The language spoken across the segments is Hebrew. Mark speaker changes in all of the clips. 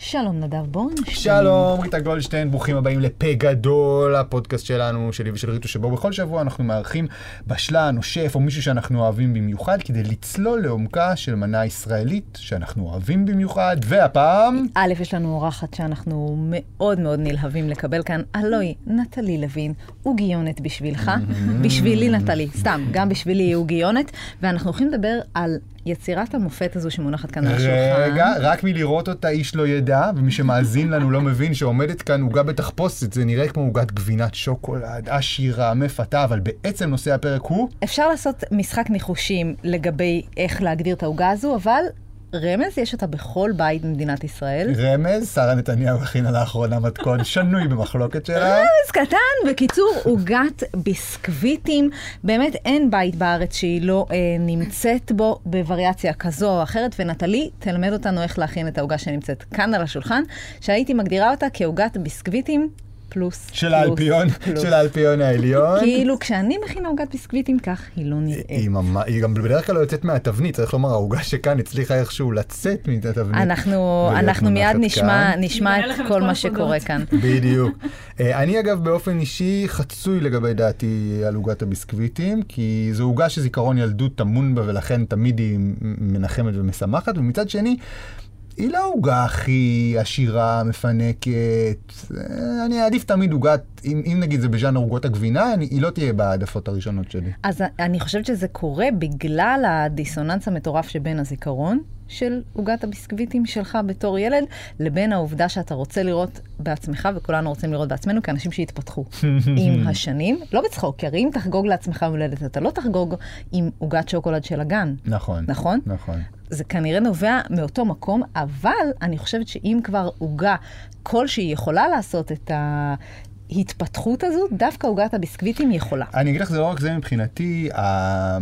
Speaker 1: שלום נדב בורנשטיין.
Speaker 2: שלום, ריטה גולדשטיין, ברוכים הבאים לפה גדול, הפודקאסט שלנו, שלי ושל ריטו, שבו בכל שבוע אנחנו מארחים בשלן או שף או מישהו שאנחנו אוהבים במיוחד, כדי לצלול לעומקה של מנה ישראלית שאנחנו אוהבים במיוחד, והפעם...
Speaker 1: א', יש לנו אורחת שאנחנו מאוד מאוד נלהבים לקבל כאן, הלואי, נטלי לוין, עוגיונת בשבילך, בשבילי נטלי, סתם, גם בשבילי היא עוגיונת, ואנחנו הולכים לדבר על יצירת המופת הזו שמונחת כאן על השולחן.
Speaker 2: רגע, רק מלראות אותה איש לא ידע, ומי שמאזין לנו לא מבין שעומדת כאן עוגה בתחפושת, זה נראה כמו עוגת גבינת שוקולד, עשירה, מפתה, אבל בעצם נושא הפרק הוא...
Speaker 1: אפשר לעשות משחק ניחושים לגבי איך להגדיר את העוגה הזו, אבל רמז יש אותה בכל בית במדינת ישראל.
Speaker 2: רמז, שרה נתניהו הכינה לאחרונה מתכון שנוי במחלוקת שלה.
Speaker 1: רמז קטן, בקיצור, עוגת ביסקוויטים. באמת אין בית בארץ שהיא לא אה, נמצאת בו בווריאציה כזו או אחרת, ונטלי תלמד אותנו איך להכין את העוגה שנמצאת כאן על השולחן, שהייתי מגדירה אותה כעוגת ביסקוויטים פלוס.
Speaker 2: של
Speaker 1: פלוס,
Speaker 2: האלפיון,
Speaker 1: פלוס.
Speaker 2: של האלפיון העליון.
Speaker 1: כאילו, כשאני מכינה עוגת ביסקוויטים, כך היא לא נראית.
Speaker 2: היא, ממש, היא גם בדרך כלל לא יוצאת מהתבנית, צריך לומר, העוגה שכאן הצליחה איכשהו לצאת מן התבנית.
Speaker 1: אנחנו,
Speaker 2: ולהיות
Speaker 1: אנחנו מיד
Speaker 2: מונחת
Speaker 1: נשמע,
Speaker 2: כאן.
Speaker 1: נשמע
Speaker 3: נראה
Speaker 1: את
Speaker 3: לכם את
Speaker 1: כל
Speaker 3: כל
Speaker 1: מה שקורה
Speaker 3: הסודות.
Speaker 1: כאן.
Speaker 2: בדיוק. אה, אני אגב באופן אישי חצוי לגבי דעתי על עוגת הביסקוויטים, כי זו עוגה שזיכרון ילדות טמון בה ולכן תמיד היא מנחמת ומשמחת, ומצד שני... היא לא העוגה הכי עשירה, מפנקת. אה, אני אעדיף תמיד עוגת, אם, אם נגיד זה בז'אנר עוגות הגבינה, אני, היא לא תהיה בהעדפות הראשונות שלי.
Speaker 1: אז אני חושבת שזה קורה בגלל הדיסוננס המטורף שבין הזיכרון של עוגת הביסקוויטים שלך בתור ילד, לבין העובדה שאתה רוצה לראות בעצמך, וכולנו רוצים לראות בעצמנו, כאנשים שהתפתחו עם השנים. לא בצחוק, כי הרי אם תחגוג לעצמך יום הולדת, אתה לא תחגוג עם עוגת שוקולד של הגן.
Speaker 2: נכון.
Speaker 1: נכון?
Speaker 2: נכון.
Speaker 1: זה כנראה נובע מאותו מקום, אבל אני חושבת שאם כבר עוגה כלשהי יכולה לעשות את ההתפתחות הזו, דווקא עוגת הביסקוויטים יכולה.
Speaker 2: אני אגיד לך, זה לא רק זה מבחינתי, ה-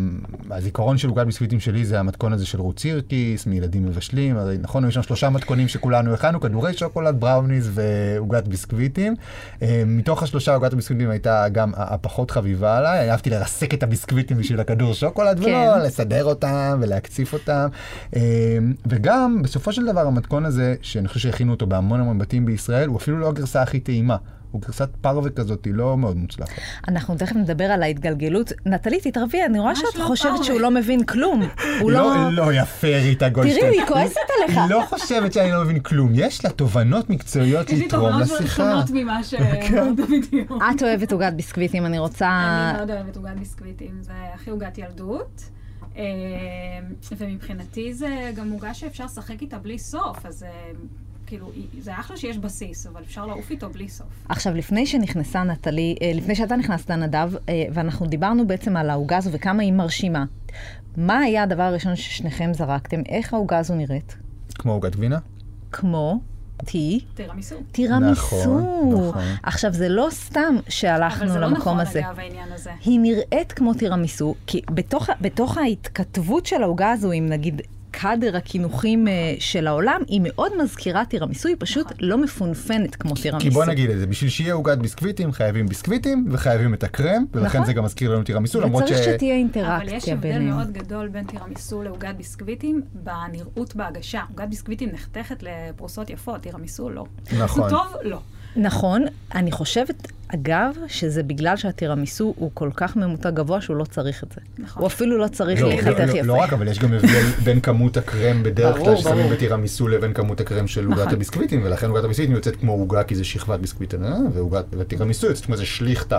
Speaker 2: הזיכרון של עוגת ביסקוויטים שלי זה המתכון הזה של רות סירקיס, מילדים מבשלים, הרי נכון, היו שם שלושה מתכונים שכולנו הכנו, כדורי שוקולד, בראוניז ועוגת ביסקוויטים. אה, מתוך השלושה עוגת הביסקוויטים הייתה גם ה- הפחות חביבה עליי, אהבתי לרסק את הביסקוויטים בשביל הכדור שוקולד, ולא
Speaker 1: כן.
Speaker 2: לסדר אותם ולהקציף אותם. אה, וגם, בסופו של דבר, המתכון הזה, שאני חושב שהכינו אותו בהמון המון בתים בישראל, הוא אפילו לא הגרסה הכי טעימה. הוא גרסת פרווה כזאת, היא לא מאוד מוצלחת.
Speaker 1: אנחנו תכף נדבר על ההתגלגלות. נטלי, תתערבי, אני רואה
Speaker 3: ממש
Speaker 1: שאת
Speaker 3: לא
Speaker 1: חושבת
Speaker 3: פרווה.
Speaker 1: שהוא לא מבין כלום. הוא לא...
Speaker 2: לא, לא יפה ריטה גולדשטיין.
Speaker 1: תראי, היא כועסת עליך.
Speaker 2: היא לא חושבת שאני לא מבין כלום. יש לה תובנות מקצועיות
Speaker 3: יש לי
Speaker 2: לתרום
Speaker 3: תובנות מאוד
Speaker 2: לשיחה. כן.
Speaker 3: שונות ממה שאמרת בדיוק.
Speaker 1: את אוהבת עוגת ביסקוויטים, אני רוצה...
Speaker 3: לא. אני מאוד אוהבת עוגת ביסקוויטים, זה הכי עוגת ילדות. אה, ומבחינתי זה גם עוגה שאפשר לשחק איתה בלי סוף, אז אה, כאילו, היא- זה אחלה שיש בסיס, אבל אפשר לעוף איתו בלי סוף.
Speaker 1: עכשיו, לפני שנכנסה נטלי, אה, לפני שאתה נכנסת, נדב, אה, ואנחנו דיברנו בעצם על העוגה הזו וכמה היא מרשימה. מה היה הדבר הראשון ששניכם זרקתם? איך העוגה הזו נראית?
Speaker 2: כמו עוגת גבינה.
Speaker 1: כמו טי.
Speaker 3: תירמיסו.
Speaker 1: תירמיסו.
Speaker 2: נכון, נכון.
Speaker 1: עכשיו, זה לא סתם
Speaker 3: אבל
Speaker 1: שהלכנו
Speaker 3: זה לא
Speaker 1: למקום
Speaker 3: נכון,
Speaker 1: הזה.
Speaker 3: אגב, העניין הזה.
Speaker 1: היא נראית כמו תירמיסו, כי בתוך, ה- בתוך ההתכתבות של העוגה הזו עם נגיד קאדר הקינוחים אה, של העולם, היא מאוד מזכירה תירמיסו, היא פשוט
Speaker 3: נכון.
Speaker 1: לא מפונפנת כמו
Speaker 3: לא,
Speaker 1: תירמיסו.
Speaker 2: כי בוא נגיד את זה, בשביל שיהיה עוגת ביסקוויטים, חייבים ביסקוויטים וחייבים את הקרם, ולכן
Speaker 1: נכון.
Speaker 2: זה גם מזכיר לנו תירמיסו, למרות ש...
Speaker 1: וצריך
Speaker 3: אבל
Speaker 1: שתהיה
Speaker 3: יש
Speaker 1: אינטראקציה
Speaker 3: הבדל
Speaker 1: ביניהם.
Speaker 3: מאוד גדול בין תירמיסו לעוגת ביסקוויטים בנראות בהגשה. עוגת ביסקוויטים נחתכת לפרוסות יפות, תירמיסו לא.
Speaker 2: נכון.
Speaker 3: הוא טוב? לא.
Speaker 1: נכון, אני חושבת, אגב, שזה בגלל שהתירמיסו הוא כל כך ממותג גבוה שהוא לא צריך את זה.
Speaker 3: נכון.
Speaker 1: הוא אפילו לא צריך
Speaker 2: לא,
Speaker 1: להיחתך
Speaker 2: לא, לא,
Speaker 1: יפה.
Speaker 2: לא רק, אבל יש גם הבדל בין כמות הקרם בדרך
Speaker 1: ברור,
Speaker 2: כלל ששמים
Speaker 1: ברור.
Speaker 2: בתירמיסו לבין כמות הקרם של עוגת
Speaker 3: נכון.
Speaker 2: הביסקוויטים, ולכן עוגת הביסקוויטים יוצאת כמו עוגה כי זה שכבת ביסקוויט, אה, ועוגת- ותירמיסו יוצאת כמו איזה שליכטה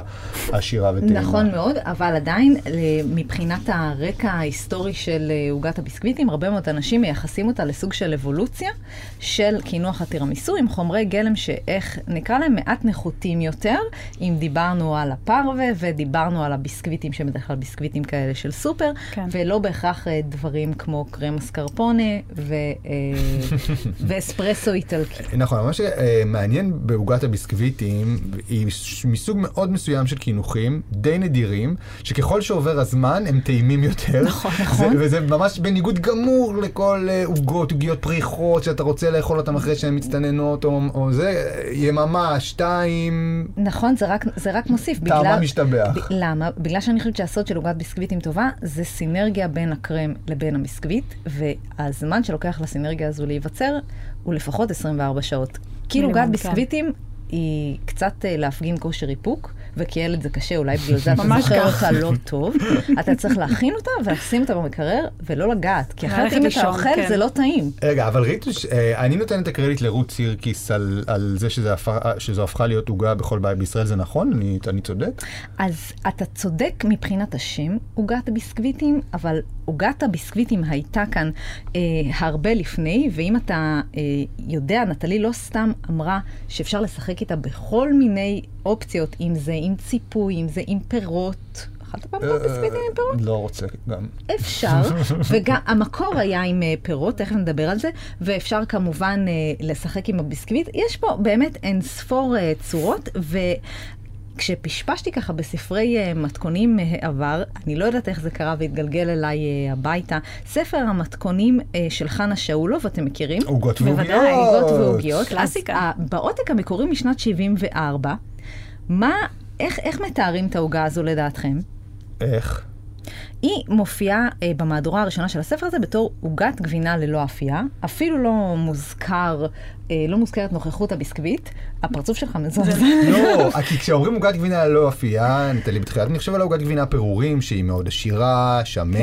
Speaker 2: עשירה וטעימה.
Speaker 1: נכון מאוד, אבל עדיין ל- מבחינת הרקע ההיסטורי של אה, עוגת הביסקוויטים, הרבה מאוד אנשים מייחסים אותה לסוג של אבולוציה של קינוח הטירמיסו עם חומרי גלם שאיך נקרא להם מעט נחותים יותר, אם דיברנו על הפרווה ודיברנו על הביסקוויטים שהם בדרך כלל ביסקוויטים כאלה של סופר,
Speaker 3: כן.
Speaker 1: ולא בהכרח אה, דברים כמו קרם אסקרפונה ו- אה, ואספרסו איטלקי.
Speaker 2: נכון, מה שמעניין בעוגת הביסקוויטים, היא ש- מסוג מאוד מסוים של קינוחים, די נדירים, שככל שעובר הזמן הם טעימים יותר.
Speaker 1: נכון, נכון.
Speaker 2: זה, וזה ממש בניגוד גמור לכל אה, עוגות, עוגיות פריחות, שאתה רוצה לאכול אותן אחרי שהן מצטננות, או, או זה, אה, יממה, שתיים,
Speaker 1: נכון, זה רק, זה רק מוסיף, בגלל...
Speaker 2: טעמה משתבח.
Speaker 1: ב- למה? בגלל שאני חושבת שהסוד של עוגת ביסקוויטים טובה, זה סינרגיה בין הקרם לבין הביסקוויט, ו- והזמן שלוקח לסינרגיה הזו להיווצר הוא לפחות 24 שעות. כאילו
Speaker 4: מינימום,
Speaker 1: עוגת
Speaker 4: כן.
Speaker 1: ביסקוויטים היא קצת אה, להפגין כושר איפוק, וכילד זה קשה, אולי בגלל זה אתה
Speaker 4: ממש
Speaker 1: זוכר
Speaker 4: כך.
Speaker 1: אותה לא טוב. אתה צריך להכין אותה ולשים אותה במקרר ולא לגעת, כי אחרת
Speaker 4: ללכת
Speaker 1: אם
Speaker 4: לישון,
Speaker 1: אתה אוכל
Speaker 4: כן.
Speaker 1: זה לא טעים.
Speaker 2: רגע, אבל ריטוש, אה, אני נותן את הקרדיט לרות סירקיס על, על זה שזה הפך, אה, שזו הפכה להיות עוגה בכל בית בישראל, זה נכון? אני, אני צודק?
Speaker 1: אז אתה צודק מבחינת השם, עוגת הביסקוויטים, אבל עוגת הביסקוויטים הייתה כאן אה, הרבה לפני, ואם אתה אה, יודע, נטלי לא סתם אמרה שאפשר לשחק איתה בכל מיני אופציות, אם זה עם ציפוי, אם זה עם פירות. אכלת פעם
Speaker 2: אה,
Speaker 1: פעם ביסקוויטים עם פירות?
Speaker 2: לא רוצה גם.
Speaker 1: אפשר, וגם המקור היה עם אה, פירות, תכף נדבר על זה, ואפשר כמובן אה, לשחק עם הביסקוויט. יש פה באמת אין ספור אה, צורות, וכשפשפשתי ככה בספרי אה, מתכונים אה, עבר, אני לא יודעת איך זה קרה והתגלגל אליי אה, הביתה, ספר המתכונים אה, של חנה שאולוב, אתם מכירים?
Speaker 2: עוגות ועוגיות.
Speaker 4: בוודאי,
Speaker 1: עוגות ועוגיות.
Speaker 4: קלאסיקה.
Speaker 1: אז, אה, בעותק המקורי משנת 74, מה, איך, איך מתארים את העוגה הזו לדעתכם?
Speaker 2: איך?
Speaker 1: היא מופיעה אה, במהדורה הראשונה של הספר הזה בתור עוגת גבינה ללא אפייה. אפילו לא מוזכר, אה, לא מוזכרת נוכחות הביסקוויט. הפרצוף שלך מזועזע.
Speaker 2: לא, כי כשאומרים עוגת גבינה לא אפייה, נטלי, בתחילת אני חושב על עוגת גבינה פירורים, שהיא מאוד עשירה, שמנת,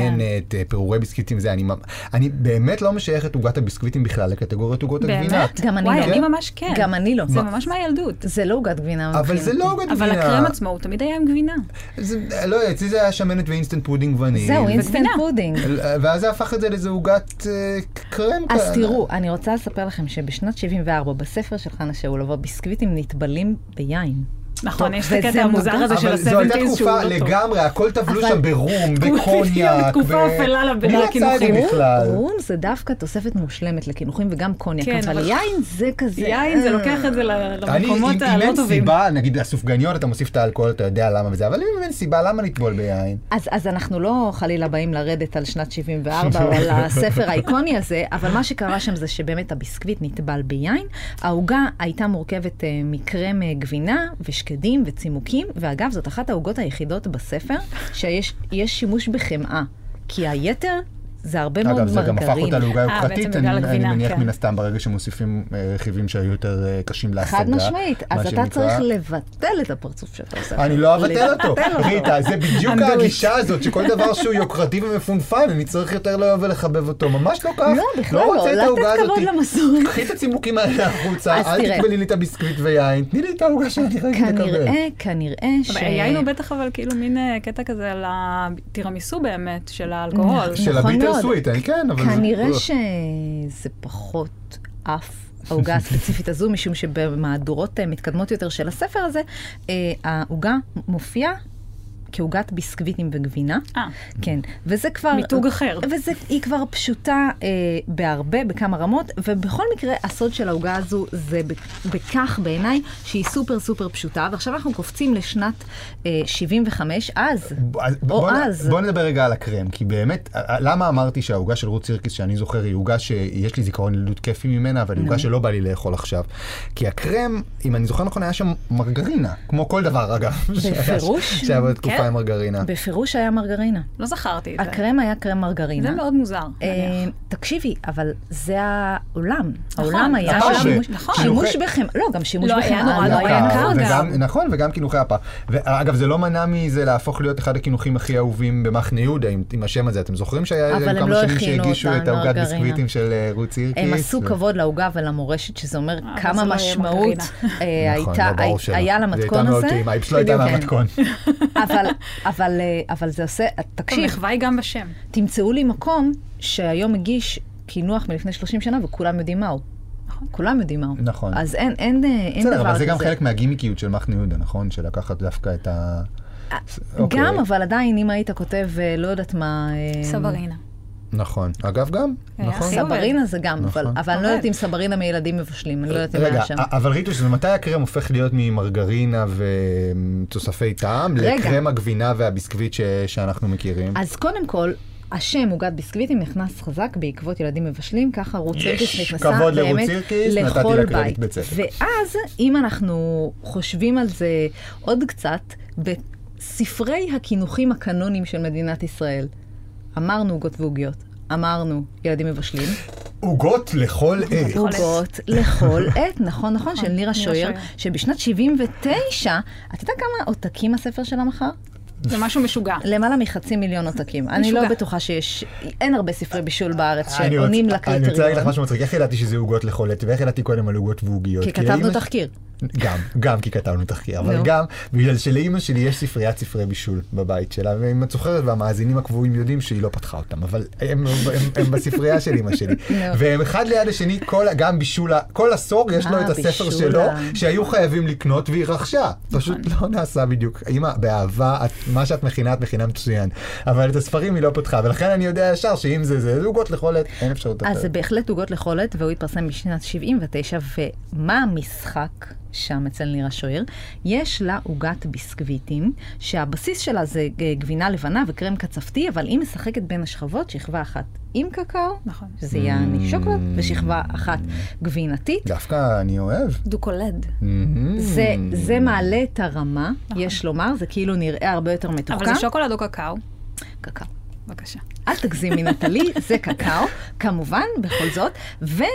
Speaker 4: כן.
Speaker 2: אה, פירורי ביסקיטים, זה, אני ממ- אני באמת לא משייך את עוגת הביסקוויטים בכלל לקטגוריית עוגות הגבינה.
Speaker 4: באמת?
Speaker 1: גם אני
Speaker 4: וואי,
Speaker 1: לא.
Speaker 4: אני ממש כן.
Speaker 1: גם אני לא.
Speaker 4: זה ממש מהילדות.
Speaker 1: זה לא עוגת גבינה.
Speaker 2: אבל זה
Speaker 1: מבחינתי.
Speaker 2: לא עוגת
Speaker 4: אוקיי, אבל
Speaker 2: גבינה.
Speaker 4: הקרם עצמו הוא תמיד היה עם גבינה.
Speaker 2: זה- לא, אצלי זה היה שמנת ואינסטנט פודינג וניל.
Speaker 1: זהו, אינסטנט
Speaker 4: וגבינה.
Speaker 1: פודינג.
Speaker 2: ואז זה הפך את זה לאיזה עוגת אה, קרם כאן.
Speaker 1: אז תראו, אני רוצה לספר לכם שבשנת 74, בספר של חנה שאולוב, הביסקוויטים נתבלים ביין.
Speaker 4: נכון, יש את
Speaker 1: וזה
Speaker 4: הקטע המוזר
Speaker 1: מוזר.
Speaker 4: הזה של
Speaker 2: אבל זו הייתה
Speaker 4: ה-70's שהוא
Speaker 2: תקופה
Speaker 4: לא טוב.
Speaker 2: לגמרי, הכל טבלו
Speaker 1: אבל-
Speaker 2: שם ברום,
Speaker 4: בדיוק,
Speaker 2: בקוניאק.
Speaker 4: תקופה
Speaker 2: ב-
Speaker 4: אפלה לבין
Speaker 2: מי עשה את
Speaker 4: הקינוחים.
Speaker 2: זה בכלל?
Speaker 1: רום זה דווקא תוספת מושלמת לקינוחים וגם קוניאק,
Speaker 4: כן,
Speaker 1: אבל
Speaker 4: אבל-
Speaker 1: יין זה כזה...
Speaker 4: יין זה
Speaker 1: אה.
Speaker 4: לוקח את זה ל- למקומות
Speaker 2: אם
Speaker 4: הלא
Speaker 2: אין
Speaker 4: טובים.
Speaker 2: סיבה, נגיד הסופגניות, אתה מוסיף את האלכוהול, אתה יודע למה וזה, אבל אם אין סיבה, למה לטבול ביין?
Speaker 1: אז, אז אנחנו לא חלילה באים לרדת על שנת 74 או על הספר האיקוני הזה, אבל מה שקרה שם זה שבאמת הביסקוויט נטבל ביין. העוגה הייתה מורכבת אה, מקרם אה, גבינה ושקדים וצימוקים, ואגב, זאת אחת העוגות היחידות בספר שיש יש שימוש בחמאה, כי היתר זה הרבה מאוד
Speaker 2: אגב,
Speaker 1: מרגרינה.
Speaker 2: זה גם הפך אותה לעוגה
Speaker 1: אה,
Speaker 4: בעצם
Speaker 2: יוקרתית,
Speaker 4: בגלל
Speaker 2: אני אני
Speaker 4: הגבינה,
Speaker 2: מניח
Speaker 4: כן.
Speaker 2: מן הסתם, ברגע שמוסיפים אה, רכיבים שהיו יותר אה, קשים להשגה.
Speaker 1: חד משמעית.
Speaker 2: מה
Speaker 1: אז אתה
Speaker 2: שנקרא.
Speaker 1: צריך לבטל את הפרצוף שאתה עושה.
Speaker 2: אני לא אבטל אותו. ריטה, זה בדיוק
Speaker 4: Undo it.
Speaker 2: הגישה הזאת, שכל דבר שהוא יוקרתי ומפונפן, אני צריך יותר לאהוב ולחבב אותו. ממש לא כך.
Speaker 1: לא, בכלל לא.
Speaker 2: רוצה את
Speaker 1: לתת
Speaker 2: העוגה
Speaker 1: כבוד
Speaker 2: הזאת.
Speaker 1: למסורת.
Speaker 2: קחי את הצימוקים האלה החוצה,
Speaker 1: אז
Speaker 2: אל
Speaker 1: תראה.
Speaker 2: תקבלי לי את הביסקוויט ויין, תני לי את העוגה שאני רגע מקבל.
Speaker 1: כנראה, כנראה ש...
Speaker 4: אבל היין הוא בטח אבל כאילו מין אה, קטע כזה על הטירמיסו באמת, של האלכוהול.
Speaker 1: נכון.
Speaker 2: של הביטר
Speaker 1: מאוד.
Speaker 2: סוויט, אני כן, אבל... זה-
Speaker 1: כנראה
Speaker 2: לא.
Speaker 1: שזה פחות עף. העוגה הספציפית הזו, משום שבמהדורות אה, מתקדמות יותר של הספר הזה, אה, העוגה מופיעה כעוגת ביסקוויטים וגבינה.
Speaker 4: אה,
Speaker 1: כן, וזה כבר...
Speaker 4: מיתוג אחר.
Speaker 1: והיא כבר פשוטה אה, בהרבה, בכמה רמות, ובכל מקרה, הסוד של העוגה הזו זה ב- בכך בעיניי שהיא סופר סופר פשוטה, ועכשיו אנחנו קופצים לשנת אה, 75, אז.
Speaker 2: ב- אז
Speaker 1: או
Speaker 2: בוא נ-
Speaker 1: אז.
Speaker 2: בוא נדבר רגע על הקרם, כי באמת, א- א- למה אמרתי שהעוגה של רות סירקיס שאני זוכר היא עוגה שיש לי זיכרון ילדות כיפי ממנה, אבל היא
Speaker 1: Mm.
Speaker 2: עוגה שלא בא לי לאכול עכשיו. כי הקרם, אם אני זוכר נכון, היה שם מרגרינה, כמו כל דבר אגב. שהיה-
Speaker 1: בפירוש.
Speaker 2: שהיה בתקופה
Speaker 4: כן.
Speaker 2: עם מרגרינה.
Speaker 1: בפירוש היה מרגרינה.
Speaker 4: לא זכרתי את זה.
Speaker 1: הקרם היה קרם מרגרינה.
Speaker 4: זה מאוד מוזר.
Speaker 1: אה,
Speaker 4: נניח.
Speaker 1: תקשיבי, אבל זה העולם.
Speaker 4: נכון,
Speaker 1: העולם היה
Speaker 4: נכון.
Speaker 1: שימוש-
Speaker 4: נכון.
Speaker 1: שימוש
Speaker 2: נכון.
Speaker 1: בחמאה, לא, גם שימוש
Speaker 4: לא, היה
Speaker 1: בחמאה
Speaker 4: נורא
Speaker 1: לא
Speaker 4: נורא
Speaker 1: היה
Speaker 4: יקר
Speaker 1: יקר.
Speaker 4: גם.
Speaker 2: וגם- נכון, וגם קינוחי הפח. ואגב, זה לא מנע מזה להפוך להיות אחד הקינוחים הכי אהובים במחנה יהודה, עם- עם השם הזה. אתם זוכרים שהיה
Speaker 1: אבל הם
Speaker 2: כמה
Speaker 1: לא
Speaker 2: שנים
Speaker 1: הכינו
Speaker 2: שהגישו
Speaker 1: אותה,
Speaker 2: את העוגת
Speaker 1: מרגרינה.
Speaker 2: ביסקוויטים של אה, רות סירקיס?
Speaker 1: הם עשו
Speaker 2: ו-
Speaker 1: כבוד לעוגה ולמורשת, שזה אומר
Speaker 4: אבל
Speaker 1: כמה
Speaker 4: זה לא יהיה
Speaker 1: משמעות
Speaker 4: מרגרינה.
Speaker 1: אה,
Speaker 2: נכון,
Speaker 1: הייתה,
Speaker 2: לא, ברור שלא.
Speaker 1: היה
Speaker 2: זה הייתה
Speaker 1: למתכון
Speaker 2: מאוד
Speaker 1: הזה.
Speaker 2: טעימה, היא פשוט לא הייתה
Speaker 1: בדיוק, כן.
Speaker 2: מהמתכון.
Speaker 1: אבל- אבל, אה, אבל זה עושה,
Speaker 4: טוב,
Speaker 1: תקשיב, אה,
Speaker 4: מחווה היא גם בשם.
Speaker 1: תמצאו לי מקום שהיום מגיש קינוח מלפני 30 שנה וכולם יודעים מהו. כולם יודעים מהו.
Speaker 2: נכון.
Speaker 1: אז אין, אין, אה, אין דבר כזה.
Speaker 2: בסדר, אבל זה גם חלק מהגימיקיות של מחנה יהודה, נכון? של לקחת דווקא את ה... אוקיי.
Speaker 1: אה, גם, אבל עדיין, אם היית כותב, אה, לא יודעת מה... אה,
Speaker 4: סברינה.
Speaker 2: נכון. אגב, גם.
Speaker 1: כן.
Speaker 4: היה
Speaker 2: נכון.
Speaker 4: הכי עובד.
Speaker 1: סברינה זה גם, אבל
Speaker 2: נכון.
Speaker 1: אבל אני לא יודעת
Speaker 4: עובד.
Speaker 1: אם סברינה מילדים מבשלים, אני לא יודעת אם
Speaker 2: רגע, אה,
Speaker 1: היה שם.
Speaker 2: אבל ריטוש, זה מתי הקרם הופך להיות ממרגרינה ותוספי טעם
Speaker 1: רגע.
Speaker 2: לקרם הגבינה והביסקוויט ש- שאנחנו מכירים?
Speaker 1: אז קודם כל... השם עוגת ביסקוויטים נכנס חזק בעקבות ילדים מבשלים, ככה רות
Speaker 2: יש.
Speaker 1: סירקיס נכנסה
Speaker 2: כבוד לרות
Speaker 1: באמת
Speaker 2: סירקיס, נתתי לה
Speaker 1: לכל
Speaker 2: קרדיט
Speaker 1: בית.
Speaker 2: בצדק.
Speaker 1: ואז, אם אנחנו חושבים על זה עוד קצת, בספרי הקינוחים הקנונים של מדינת ישראל, אמרנו עוגות ועוגיות, אמרנו, ילדים מבשלים.
Speaker 2: עוגות לכל עת.
Speaker 4: לכל עת.
Speaker 1: אה, עוגות לכל עת, נכון, נכון, של נירה
Speaker 4: נירה
Speaker 1: שויר,
Speaker 4: שויר.
Speaker 1: שבשנת 79, אתה יודע כמה עותקים הספר שלה מכר?
Speaker 4: זה
Speaker 1: אה,
Speaker 4: משהו משוגע.
Speaker 1: למעלה מחצי מיליון עותקים. אני לא
Speaker 4: משוגע.
Speaker 1: בטוחה שיש, אין הרבה ספרי בישול בארץ
Speaker 2: אני רוצה-
Speaker 1: שעונים
Speaker 2: אני רוצה להגיד לך
Speaker 1: לקריטריון.
Speaker 2: משהו מצחיק, איך ידעתי שזה עוגות לכל עת, ואיך ידעתי קודם על עוגות ועוגיות?
Speaker 1: כי כתבנו
Speaker 2: לאמא-
Speaker 1: תחקיר.
Speaker 2: גם, גם כי כתבנו תחקיר, אבל
Speaker 1: נו.
Speaker 2: גם בגלל שלאימא שלי יש ספריית ספרי בישול בבית שלה, ואם את זוכרת, והמאזינים הקבועים יודעים שהיא לא פתחה אותם, אבל הם, הם, הם בספרייה של אימא שלי. והם אחד ליד השני, כל, גם בישול, ה- כל עשור יש לו
Speaker 1: אה,
Speaker 2: את הספר
Speaker 1: בישול
Speaker 2: שלו,
Speaker 1: ה- נכון.
Speaker 2: שהיו חייבים לקנות והיא רכשה. פשוט לא נעשה בדיוק. אימא, באהבה, את, מה שאת מכינה, את מכינה מצוין. אבל את הספרים היא לא פתחה, ולכן אני יודע ישר שאם זה זה, זה עוגות לכל עת, אין אפשרות
Speaker 1: אז זה
Speaker 2: אחרת.
Speaker 1: בהחלט עוגות לכל עת, והוא התפרסם בשנת 79, ומה המשחק שם אצל נירה שוער? יש לה עוגת ביסקוויטים, שהבסיס שלה זה אה, גבינה לבנה וקרם קצפתי, אבל היא משחקת בין השכבות, שכבה אחת עם קקאו,
Speaker 4: נכון.
Speaker 1: שזה יעני שוקולד, ושכבה אחת גבינתית.
Speaker 2: דווקא אני אוהב.
Speaker 4: דוקולד.
Speaker 1: זה, זה מעלה את הרמה, יש לומר, זה כאילו נראה הרבה יותר מתוחכם.
Speaker 4: נכון. אבל זה שוקולד או קקאו?
Speaker 1: קקאו.
Speaker 4: בבקשה.
Speaker 1: אל תגזימי, נטלי, זה קקאו, כמובן, בכל זאת. ואם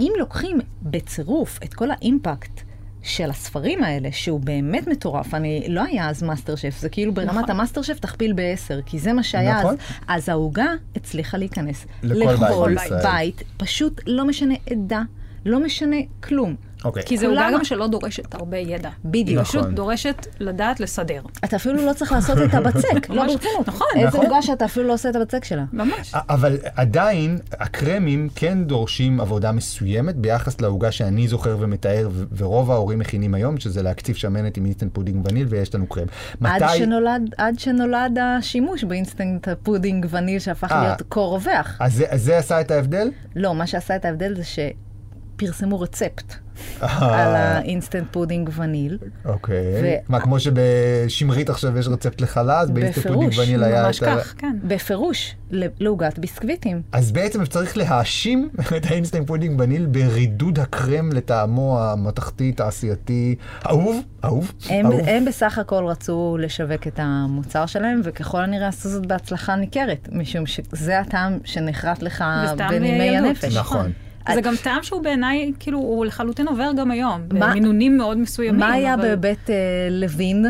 Speaker 1: לוקחים בצירוף את כל האימפקט של הספרים האלה, שהוא באמת מטורף, אני, לא היה אז מאסטר שף, זה כאילו ברמת
Speaker 4: נכון.
Speaker 1: המאסטר שף תכפיל בעשר, כי זה מה שהיה
Speaker 2: נכון.
Speaker 1: אז. אז העוגה הצליחה להיכנס
Speaker 2: לכל בית בישראל.
Speaker 1: בית, פשוט לא משנה עדה, לא משנה כלום.
Speaker 2: אוקיי.
Speaker 4: כי זה
Speaker 1: למה?
Speaker 4: עוגה גם שלא דורשת הרבה ידע.
Speaker 1: בדיוק.
Speaker 4: היא פשוט
Speaker 2: נכון.
Speaker 4: דורשת לדעת לסדר.
Speaker 1: אתה אפילו לא צריך לעשות את הבצק, לא
Speaker 4: ממש,
Speaker 1: ברצינות.
Speaker 4: נכון.
Speaker 1: איזה
Speaker 2: נכון.
Speaker 1: עוגה שאתה אפילו לא עושה את הבצק שלה.
Speaker 4: ממש.
Speaker 2: אבל עדיין, הקרמים כן דורשים עבודה מסוימת ביחס לעוגה שאני זוכר ומתאר, ו- ורוב ההורים מכינים היום, שזה להקציב שמנת עם אינסטנט פודינג וניל, ויש לנו קרם.
Speaker 1: עד
Speaker 2: מתי...
Speaker 1: שנולד, עד שנולד השימוש באינסטנט הפודינג וניל שהפך
Speaker 2: אה.
Speaker 1: להיות קור רווח.
Speaker 2: אז זה, אז זה עשה את ההבדל?
Speaker 1: לא, מה שעשה את ההבדל זה שפרסמו רצפט על
Speaker 2: אה,
Speaker 1: האינסטנט פודינג וניל.
Speaker 2: אוקיי.
Speaker 1: ו-
Speaker 2: מה, כמו שבשמרית עכשיו יש רצפט לחלה, אז באינסטנט
Speaker 1: בפירוש,
Speaker 2: פודינג וניל היה...
Speaker 4: ממש
Speaker 2: את ה-
Speaker 4: כך, כן.
Speaker 1: בפירוש, ל- לעוגת ביסקוויטים.
Speaker 2: אז בעצם צריך להאשים את האינסטנט פודינג וניל ברידוד הקרם לטעמו המתכתי, תעשייתי, אהוב, אהוב,
Speaker 1: הם,
Speaker 2: אהוב.
Speaker 1: הם בסך הכל רצו לשווק את המוצר שלהם, וככל הנראה עשו זאת בהצלחה ניכרת, משום שזה הטעם שנחרט לך
Speaker 4: וזה טעם
Speaker 1: אה, בנימי
Speaker 4: לילדות.
Speaker 1: הנפש.
Speaker 2: נכון.
Speaker 4: אה, זה גם טעם שהוא בעיניי, כאילו, הוא לחלוטין עובר גם היום.
Speaker 1: מה-
Speaker 4: במינונים מאוד מסוימים.
Speaker 1: מה היה
Speaker 4: אבל-
Speaker 1: בבית אה, לוין?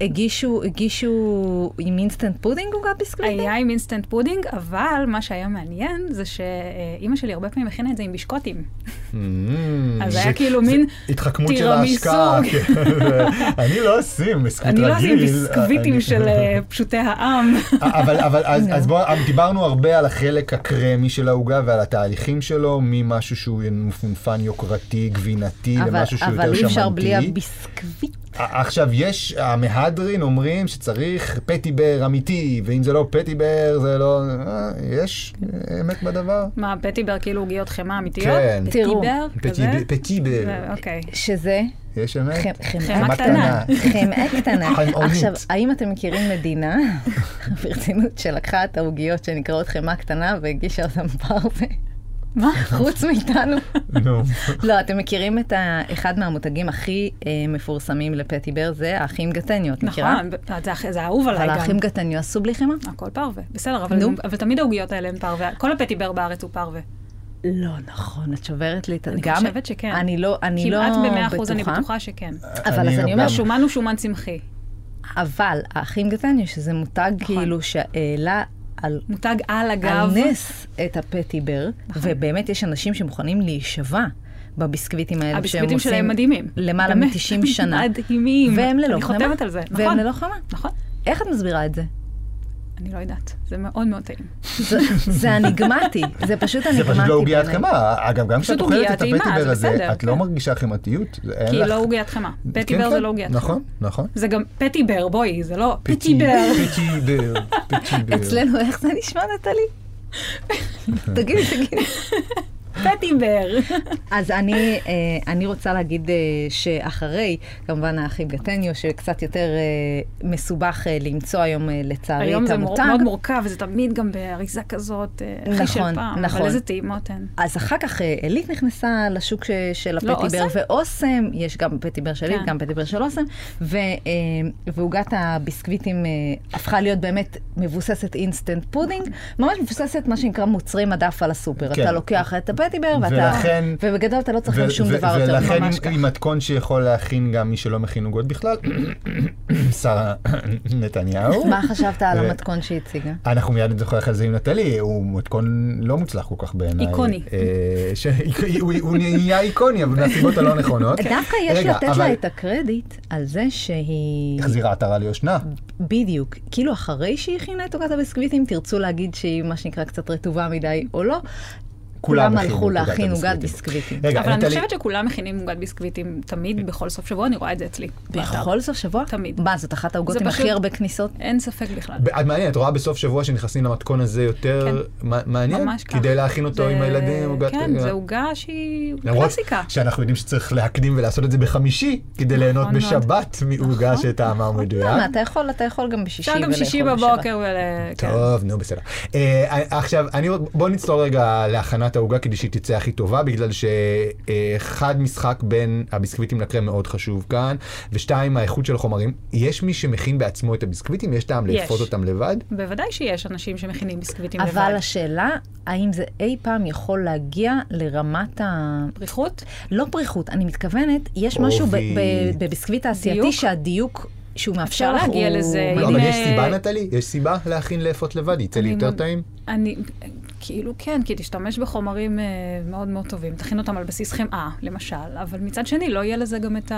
Speaker 1: הגישו, הגישו עם אינסטנט פודינג עוגת ביסקוויטים?
Speaker 4: היה עם אינסטנט פודינג, אבל מה שהיה מעניין זה שאימא שלי הרבה פעמים הכינה את זה עם בישקוטים. אז
Speaker 2: Mm. זה-
Speaker 4: היה כאילו
Speaker 2: זה
Speaker 4: מין
Speaker 2: התחכמות של
Speaker 4: טירמיסו.
Speaker 2: ההשקעה. כן. אני לא עושים ביסקוויט
Speaker 4: אני
Speaker 2: רגיל.
Speaker 4: לא עושים ביסקוויטים
Speaker 2: אני-
Speaker 4: של אה, פשוטי העם.
Speaker 2: אבל אבל אז-
Speaker 1: נו.
Speaker 2: אז בואו, דיברנו הרבה על החלק הקרמי של העוגה ועל התהליכים שלו, ממשהו שהוא מפונפן יוקרתי, גבינתי, למשהו שהוא יותר
Speaker 1: אבל
Speaker 2: שמנתי.
Speaker 1: אי אפשר בלי הביסקוויט.
Speaker 2: עכשיו, יש, המהדרין אומרים שצריך פטיבר אמיתי, ואם זה לא פטיבר, זה לא... אה, יש
Speaker 4: כן.
Speaker 2: אמת בדבר?
Speaker 4: מה, פטיבר כאילו עוגיות חמאה אמיתיות?
Speaker 2: כן.
Speaker 1: תראו,
Speaker 4: פטיבר? אה, כזה?
Speaker 2: פטיבר- פטיבר,
Speaker 4: זה- אוקיי.
Speaker 1: שזה
Speaker 2: יש אמת?
Speaker 1: חמ- חמאה
Speaker 4: חמאה קטנה.
Speaker 1: חמאה קטנה.
Speaker 2: חמאונית.
Speaker 1: עכשיו, האם אתם מכירים מדינה, ברצינות, שלקחה את העוגיות שנקראות חמאה קטנה והגישה אותן ברבה?
Speaker 4: מה?
Speaker 1: חוץ מאיתנו.
Speaker 2: נו.
Speaker 1: לא, אתם מכירים את ה- אחד מהמותגים הכי אה, מפורסמים לפטי בר, זה האחים גטניו, את מכירה?
Speaker 4: נכון, ב- זה אח- זה אהוב עליי
Speaker 1: אבל האחים
Speaker 4: גם.
Speaker 1: גטניו עשו בלי חמאה?
Speaker 4: הכל פרווה, בסדר, אבל
Speaker 1: נו.
Speaker 4: אבל תמיד העוגיות האלה הן פרווה. כל הפטיבר בארץ הוא פרווה.
Speaker 1: לא נכון, את שוברת לי את...
Speaker 4: אני
Speaker 1: גם-
Speaker 4: חושבת שכן.
Speaker 1: אני לא אני לא
Speaker 4: כמעט
Speaker 1: בטוחה. לא.
Speaker 4: ב-100% אני בטוחה שכן.
Speaker 1: אבל אז אני
Speaker 2: גם-
Speaker 1: אומרת,
Speaker 4: השומן הוא שומן צמחי.
Speaker 1: אבל האחים גטניו, שזה מותג
Speaker 4: נכון.
Speaker 1: כאילו שהעלה על,
Speaker 4: מותג על
Speaker 1: על
Speaker 4: הגב.
Speaker 1: נס את הפטיבר,
Speaker 4: נכון.
Speaker 1: ובאמת יש אנשים שמוכנים להישבע בביסקוויטים האלה שהם
Speaker 4: הביסקוויטים
Speaker 1: עושים
Speaker 4: שלהם מדהימים.
Speaker 1: למעלה
Speaker 4: באמת.
Speaker 1: מ-90 שנה.
Speaker 4: מדהימים.
Speaker 1: והם ללא
Speaker 4: אני
Speaker 1: חמאה.
Speaker 4: חותמת על זה,
Speaker 1: והם
Speaker 4: נכון.
Speaker 1: ללא חמאה.
Speaker 4: נכון.
Speaker 1: איך את מסבירה את זה?
Speaker 4: אני לא יודעת, זה מאוד מאוד טעים.
Speaker 1: זה- זה אניגמטי, זה פשוט אניגמטי.
Speaker 2: זה פשוט לא עוגיית
Speaker 1: בעיניי.
Speaker 2: חמאה. אגב, גם כשאת אוכלת
Speaker 4: עוגיית
Speaker 2: את
Speaker 4: טעימה,
Speaker 2: הפטיבר
Speaker 4: זה
Speaker 2: הזה,
Speaker 4: בסדר,
Speaker 2: את לא
Speaker 4: כן.
Speaker 2: מרגישה חמאתיות. זה- אין
Speaker 4: כי היא
Speaker 2: לך-
Speaker 4: לא עוגיית חמאה.
Speaker 2: כן,
Speaker 4: פטיבר
Speaker 2: כן,
Speaker 4: זה לא עוגיית חמאה.
Speaker 2: נכון, נכון.
Speaker 4: זה גם פטיבר, בואי, זה לא פטיבר.
Speaker 2: פטיבר, פטיבר.
Speaker 1: אצלנו, איך זה נשמע, נטלי? תגידי, תגידי.
Speaker 4: פטיבר.
Speaker 1: אז אני, אה, אני רוצה להגיד אה, שאחרי, כמובן האחים גטניו, שקצת יותר אה, מסובך אה, למצוא היום, אה, לצערי,
Speaker 4: היום
Speaker 1: את
Speaker 4: זה
Speaker 1: המותג.
Speaker 4: מור- מאוד מורכב, זה תמיד גם באריזה כזאת, אה, אחרי של
Speaker 1: נכון,
Speaker 4: פעם.
Speaker 1: נכון.
Speaker 4: אבל איזה טעימות הן.
Speaker 1: אז אחר כך אה, אלית נכנסה לשוק ש- של
Speaker 4: לא,
Speaker 1: הפטיבר
Speaker 4: אוסם?
Speaker 1: ואוסם, יש גם פטיבר של אלית,
Speaker 4: כן.
Speaker 1: גם פטיבר של אוסם, ו- אה, ועוגת הביסקוויטים אה, הפכה להיות באמת מבוססת אינסטנט פודינג, ממש מבוססת מה שנקרא מוצרי מדף על הסופר.
Speaker 2: כן.
Speaker 1: אתה לוקח את הפטיבר, ואתה-
Speaker 2: ולכן-
Speaker 1: ובגדול אתה לא צריך גם
Speaker 2: ו-
Speaker 1: שום
Speaker 2: ו-
Speaker 1: דבר יותר,
Speaker 2: ולכן
Speaker 1: ממש
Speaker 2: היא מתכון שיכול להכין גם מי שלא מכין עוגות בכלל, שר נתניהו.
Speaker 1: מה חשבת על
Speaker 2: ו-
Speaker 1: המתכון שהיא הציגה?
Speaker 2: אנחנו מיד נשוחח על זה עם נטלי, הוא מתכון לא מוצלח כל כך בעיניי.
Speaker 4: איקוני.
Speaker 2: אה, ש- הוא- הוא נהיה איקוני, אבל מהסיבות הלא נכונות.
Speaker 1: דווקא יש
Speaker 2: אוקיי. רגע,
Speaker 1: לתת
Speaker 2: אבל-
Speaker 1: לה את הקרדיט על זה שהיא...
Speaker 2: החזירה עטרה ליושנה.
Speaker 1: בדיוק. כאילו אחרי שהיא הכינה את עוגת הביסקוויטים, תרצו להגיד שהיא מה שנקרא קצת רטובה מדי או לא, כולם הלכו
Speaker 2: הכינו את עוגת
Speaker 1: להכין עוגת
Speaker 2: הביסקוויטים.
Speaker 1: ביסקוויטים.
Speaker 2: רגע,
Speaker 4: אבל אני
Speaker 2: נטלי,
Speaker 4: חושבת שכולם מכינים עוגת ביסקוויטים תמיד, בכל סוף שבוע, אני רואה את זה אצלי. באתר.
Speaker 1: בכל סוף שבוע?
Speaker 4: תמיד.
Speaker 1: מה, זאת אחת העוגות
Speaker 4: זה
Speaker 1: עם
Speaker 4: פשוט-
Speaker 1: הכי הרבה כניסות?
Speaker 4: אין ספק בכלל.
Speaker 2: ב- את מעניין, את רואה בסוף שבוע שנכנסים למתכון הזה יותר מע- מעניין?
Speaker 4: כן. ממש ככה.
Speaker 2: כדי להכין אותו
Speaker 4: זה-
Speaker 2: עם הילדים? עוגת-
Speaker 4: כן, זו עוגה שהיא
Speaker 2: למרות
Speaker 4: קלאסיקה. נכון
Speaker 2: שאנחנו יודעים שצריך להקדים ולעשות את זה בחמישי, כדי ליהנות
Speaker 4: מאוד. נכון.
Speaker 2: בשבת מעוגה שטעמה הוא
Speaker 1: למה,
Speaker 2: מדויק.
Speaker 1: לא, אתה יכול, אתה יכול גם בשישי
Speaker 4: אפשר גם
Speaker 1: ולאכול
Speaker 4: שישי
Speaker 1: בשבת.
Speaker 4: בבוקר ול... כן.
Speaker 2: טוב, נו, בסדר. אה, עכשיו, אני עוד- בוא נצלול רגע להכנת העוגה כדי שהיא תצא הכי טובה, בגלל שחד משחק בין הביסקוויטים לקרם מאוד חשוב כאן, ושתיים, האיכות של החומרים. יש מי שמכין בעצמו את הביסקוויטים? יש טעם
Speaker 4: יש.
Speaker 2: לאפות אותם לבד?
Speaker 4: בוודאי שיש אנשים שמכינים ביסקוויטים לבד.
Speaker 1: אבל השאלה, האם זה אי פעם יכול להגיע לרמת ה...
Speaker 4: פריחות?
Speaker 1: לא פריחות, אני מתכוונת, יש משהו ב-
Speaker 2: עובי.
Speaker 1: ב- בביסקוויט האסייתי
Speaker 4: דיוק?
Speaker 1: שהדיוק שהוא מאפשר
Speaker 4: אפשר
Speaker 1: לך,
Speaker 4: להגיע
Speaker 1: הוא-
Speaker 4: לזה,
Speaker 2: לא,
Speaker 4: אם,
Speaker 2: אבל יש
Speaker 4: אה,
Speaker 2: סיבה, נטלי? יש סיבה להכין לאפות לבד? יצא לי
Speaker 4: אני לא-
Speaker 2: יותר
Speaker 4: מאוד-
Speaker 2: טעים?
Speaker 4: אני, כאילו כן, כי תשתמש בחומרים אה, מאוד מאוד טובים, תכין אותם על בסיס חמאה, למשל, אבל מצד שני, לא יהיה לזה גם את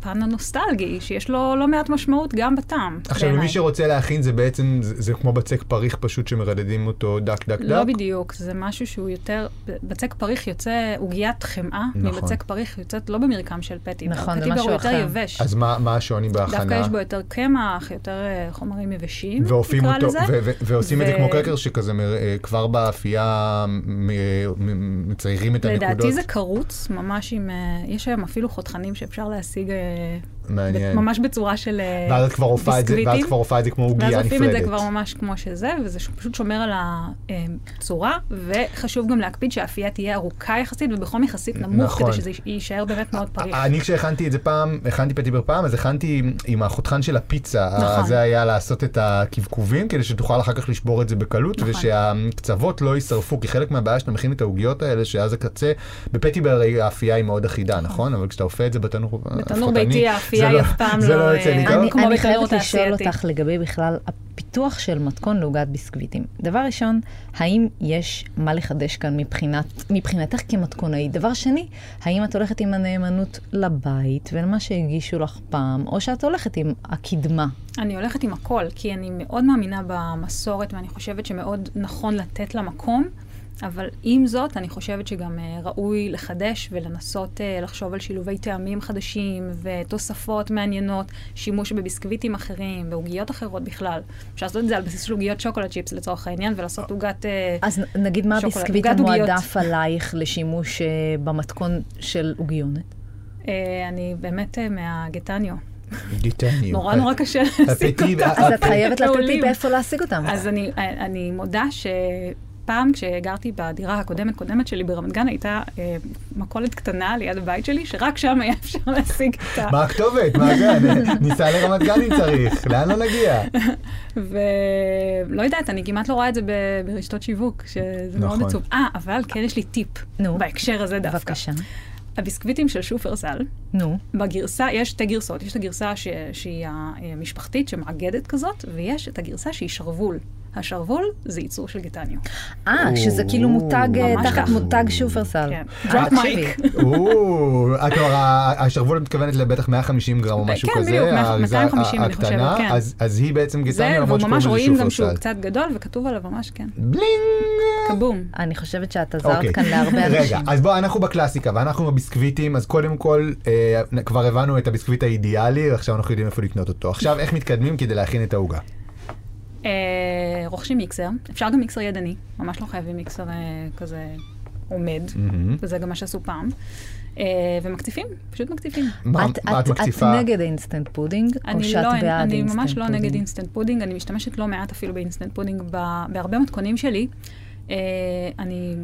Speaker 4: הפן הנוסטלגי, שיש לו לא מעט משמעות גם בטעם.
Speaker 2: עכשיו, למי
Speaker 4: בעיניי.
Speaker 2: שרוצה להכין זה בעצם, זה זה כמו בצק פריך פשוט שמרדדים אותו דק דק
Speaker 4: לא
Speaker 2: דק.
Speaker 4: בדיוק, זה משהו שהוא יותר, בצק פריך יוצא עוגיית חמאה,
Speaker 2: נכון.
Speaker 4: מבצק פריך יוצאת לא במרקם של פטיבר.
Speaker 1: נכון, זה
Speaker 4: פטיבר
Speaker 1: משהו
Speaker 4: הוא יותר
Speaker 1: אחר.
Speaker 4: יבש.
Speaker 2: אז מה מה השוני בהכנה?
Speaker 4: דווקא יש בו יותר קמח, יותר אה, חומרים יבשים,
Speaker 2: ועופים
Speaker 4: נקרא
Speaker 2: אותו,
Speaker 4: לזה.
Speaker 2: ו- ו- ועושים את זה
Speaker 4: ו-
Speaker 2: כמו קרקר שכזה מ- אה, כבר באפייה מ- אה, מ- מציירים את הנקודות.
Speaker 4: לדעתי זה קרוץ, ממש עם... אה, יש היום אפילו חותכנים שאפשר להשיג אה, ב-
Speaker 2: מעניין.
Speaker 4: ממש בצורה של אה,
Speaker 2: ואז את כבר הופעה את זה, ואז
Speaker 4: ביסקוויטים.
Speaker 2: כבר הופעה את זה כמו
Speaker 4: ואז
Speaker 2: עוגיה
Speaker 4: עושים את זה
Speaker 2: נפרדת.
Speaker 4: כבר ממש כמו שזה, וזה ש- פשוט שומר על הצורה, וחשוב גם להקפיד שהאפייה תהיה ארוכה יחסית ובחום יחסית נמוך,
Speaker 2: נכון. אה,
Speaker 4: כדי שזה יישאר באמת מאוד פריך.
Speaker 2: אני כשהכנתי את זה פעם, הכנתי פטיבר פעם, אז הכנתי עם- עם החותכן של הפיצה.
Speaker 4: נכון.
Speaker 2: זה היה לעשות את הקבקובים, כדי שתוכל אחר כך לשבור את זה בקלות,
Speaker 4: נכון.
Speaker 2: ושהקצוות לא יישרפו, כי חלק מהבעיה שאתה מכין את העוגיות האלה, שאז הקצה, בפטיבר הרי האפייה היא מאוד אחידה, נכון? אבל כשאתה אופה את זה בתנור
Speaker 4: בתנור
Speaker 2: לפחות
Speaker 4: ביתי
Speaker 2: אני,
Speaker 4: האפייה
Speaker 2: זה
Speaker 4: היא
Speaker 2: לא-
Speaker 4: אף פעם
Speaker 2: זה לא
Speaker 4: לא,
Speaker 2: יוצא
Speaker 4: אה,
Speaker 2: לי טוב.
Speaker 1: אני,
Speaker 4: כמו
Speaker 1: אני
Speaker 4: בתיירות
Speaker 1: חייבת לשאול
Speaker 4: תעשייתית.
Speaker 1: אותך לגבי בכלל הפיתוח של מתכון לעוגת ביסקוויטים. דבר ראשון, האם יש מה לחדש כאן מבחינת, מבחינתך כמתכונאית? דבר שני, האם את הולכת עם הנאמנות לבית ולמה שהגישו לך פעם, או שאת הולכת עם הקדמה?
Speaker 4: אני הולכת עם הכל, כי אני מאוד מאמינה במסורת, ואני חושבת שמאוד נכון לתת לה מקום, אבל עם זאת, אני חושבת שגם אה, ראוי לחדש ולנסות אה, לחשוב על שילובי טעמים חדשים ותוספות מעניינות, שימוש בביסקוויטים אחרים, בעוגיות אחרות בכלל. אפשר לעשות את זה על בסיס של עוגיות שוקולד צ'יפס לצורך העניין, ולעשות עוגת... אה,
Speaker 1: אז נ- נגיד מה
Speaker 4: שוקולד,
Speaker 1: הביסקוויט
Speaker 4: עוגת עוגיות.
Speaker 1: המועדף עלייך לשימוש אה, במתכון של עוגיונת?
Speaker 4: אה, אני באמת אה, מהגטניו.
Speaker 2: גיטניו.
Speaker 4: נורא נורא קשה להשיג
Speaker 2: הפטיב-
Speaker 4: אותה.
Speaker 1: אז את חייבת לתת
Speaker 4: מעולים.
Speaker 1: טיפ איפה להשיג אותם.
Speaker 4: אז אני, אני מודה שפעם כשגרתי בדירה הקודמת-קודמת שלי ברמת גן, הייתה אה, מכולת קטנה ליד הבית שלי, שרק שם היה אפשר להשיג את ה...
Speaker 2: מה הכתובת? מה הגן? ניסע לרמת גן אם צריך, לאן לא נגיע?
Speaker 4: ולא יודעת, אני כמעט לא רואה את זה ב- ברשתות שיווק, שזה מאוד
Speaker 2: נכון.
Speaker 4: עצוב. אה, אבל כן יש לי טיפ,
Speaker 1: נו.
Speaker 4: בהקשר הזה דווקא.
Speaker 1: בבקשה.
Speaker 4: הביסקוויטים של שופרסל,
Speaker 1: נו.
Speaker 4: בגרסה, יש שתי גרסאות, יש את הגרסה ש... שהיא המשפחתית שמאגדת כזאת, ויש את הגרסה שהיא שרוול. השרוול זה ייצור של גטניו.
Speaker 1: אה, שזה כאילו מותג, אה,
Speaker 4: ממש
Speaker 1: תחת
Speaker 4: ככה.
Speaker 1: מותג שופרסל.
Speaker 4: כן.
Speaker 1: אה,
Speaker 4: Drop
Speaker 1: תקשיבי.
Speaker 4: mic.
Speaker 2: או, את כבר, השרוול מתכוונת לבטח 150 גרם או משהו
Speaker 4: כן,
Speaker 2: כזה,
Speaker 4: בדיוק,
Speaker 2: האריזה
Speaker 4: 250, אני חושבת,
Speaker 2: הקטנה,
Speaker 4: כן.
Speaker 2: אז- אז היא בעצם
Speaker 4: זה,
Speaker 2: גטניה, למרות שקוראים
Speaker 4: וממש
Speaker 2: לזה
Speaker 4: רואים גם שהוא
Speaker 2: שופרסל.
Speaker 4: קצת גדול, וכתוב עליו ממש, כן.
Speaker 2: בלינג!
Speaker 4: כבום.
Speaker 1: אני חושבת שאת
Speaker 2: אוקיי.
Speaker 1: עזרת כאן להרבה
Speaker 2: רגע,
Speaker 1: אנשים.
Speaker 2: אז בואו, אנחנו בקלאסיקה, ואנחנו בביסקוויטים, אז קודם כל, אה, כבר הבנו את הביסקוויט האידיאלי, ועכשיו אנחנו יודעים איפה לקנות אותו. עכשיו, איך מתקדמים כדי להכין את העוגה?
Speaker 4: אה, רוכשים מיקסר, אפשר גם מיקסר ידני, ממש לא חייבים מיקסר אה, כזה עומד,
Speaker 2: מהמם.
Speaker 4: וזה גם מה שעשו פעם, אה, ומקטיפים, פשוט מקטיפים.
Speaker 2: מה-
Speaker 1: את,
Speaker 2: מה את
Speaker 1: את, את
Speaker 2: מקציפה?
Speaker 1: נגד אינסטנט פודינג, או
Speaker 4: אני
Speaker 1: שאת
Speaker 4: לא,
Speaker 1: בעד
Speaker 4: אני,
Speaker 1: אינסטנט
Speaker 4: אני
Speaker 1: פודינג?
Speaker 4: ממש לא נגד אינסטנט פודינג, אני משתמשת לא מעט אפילו באינסטנט פודינג ב, בהרבה מתכונים שלי. אה, אני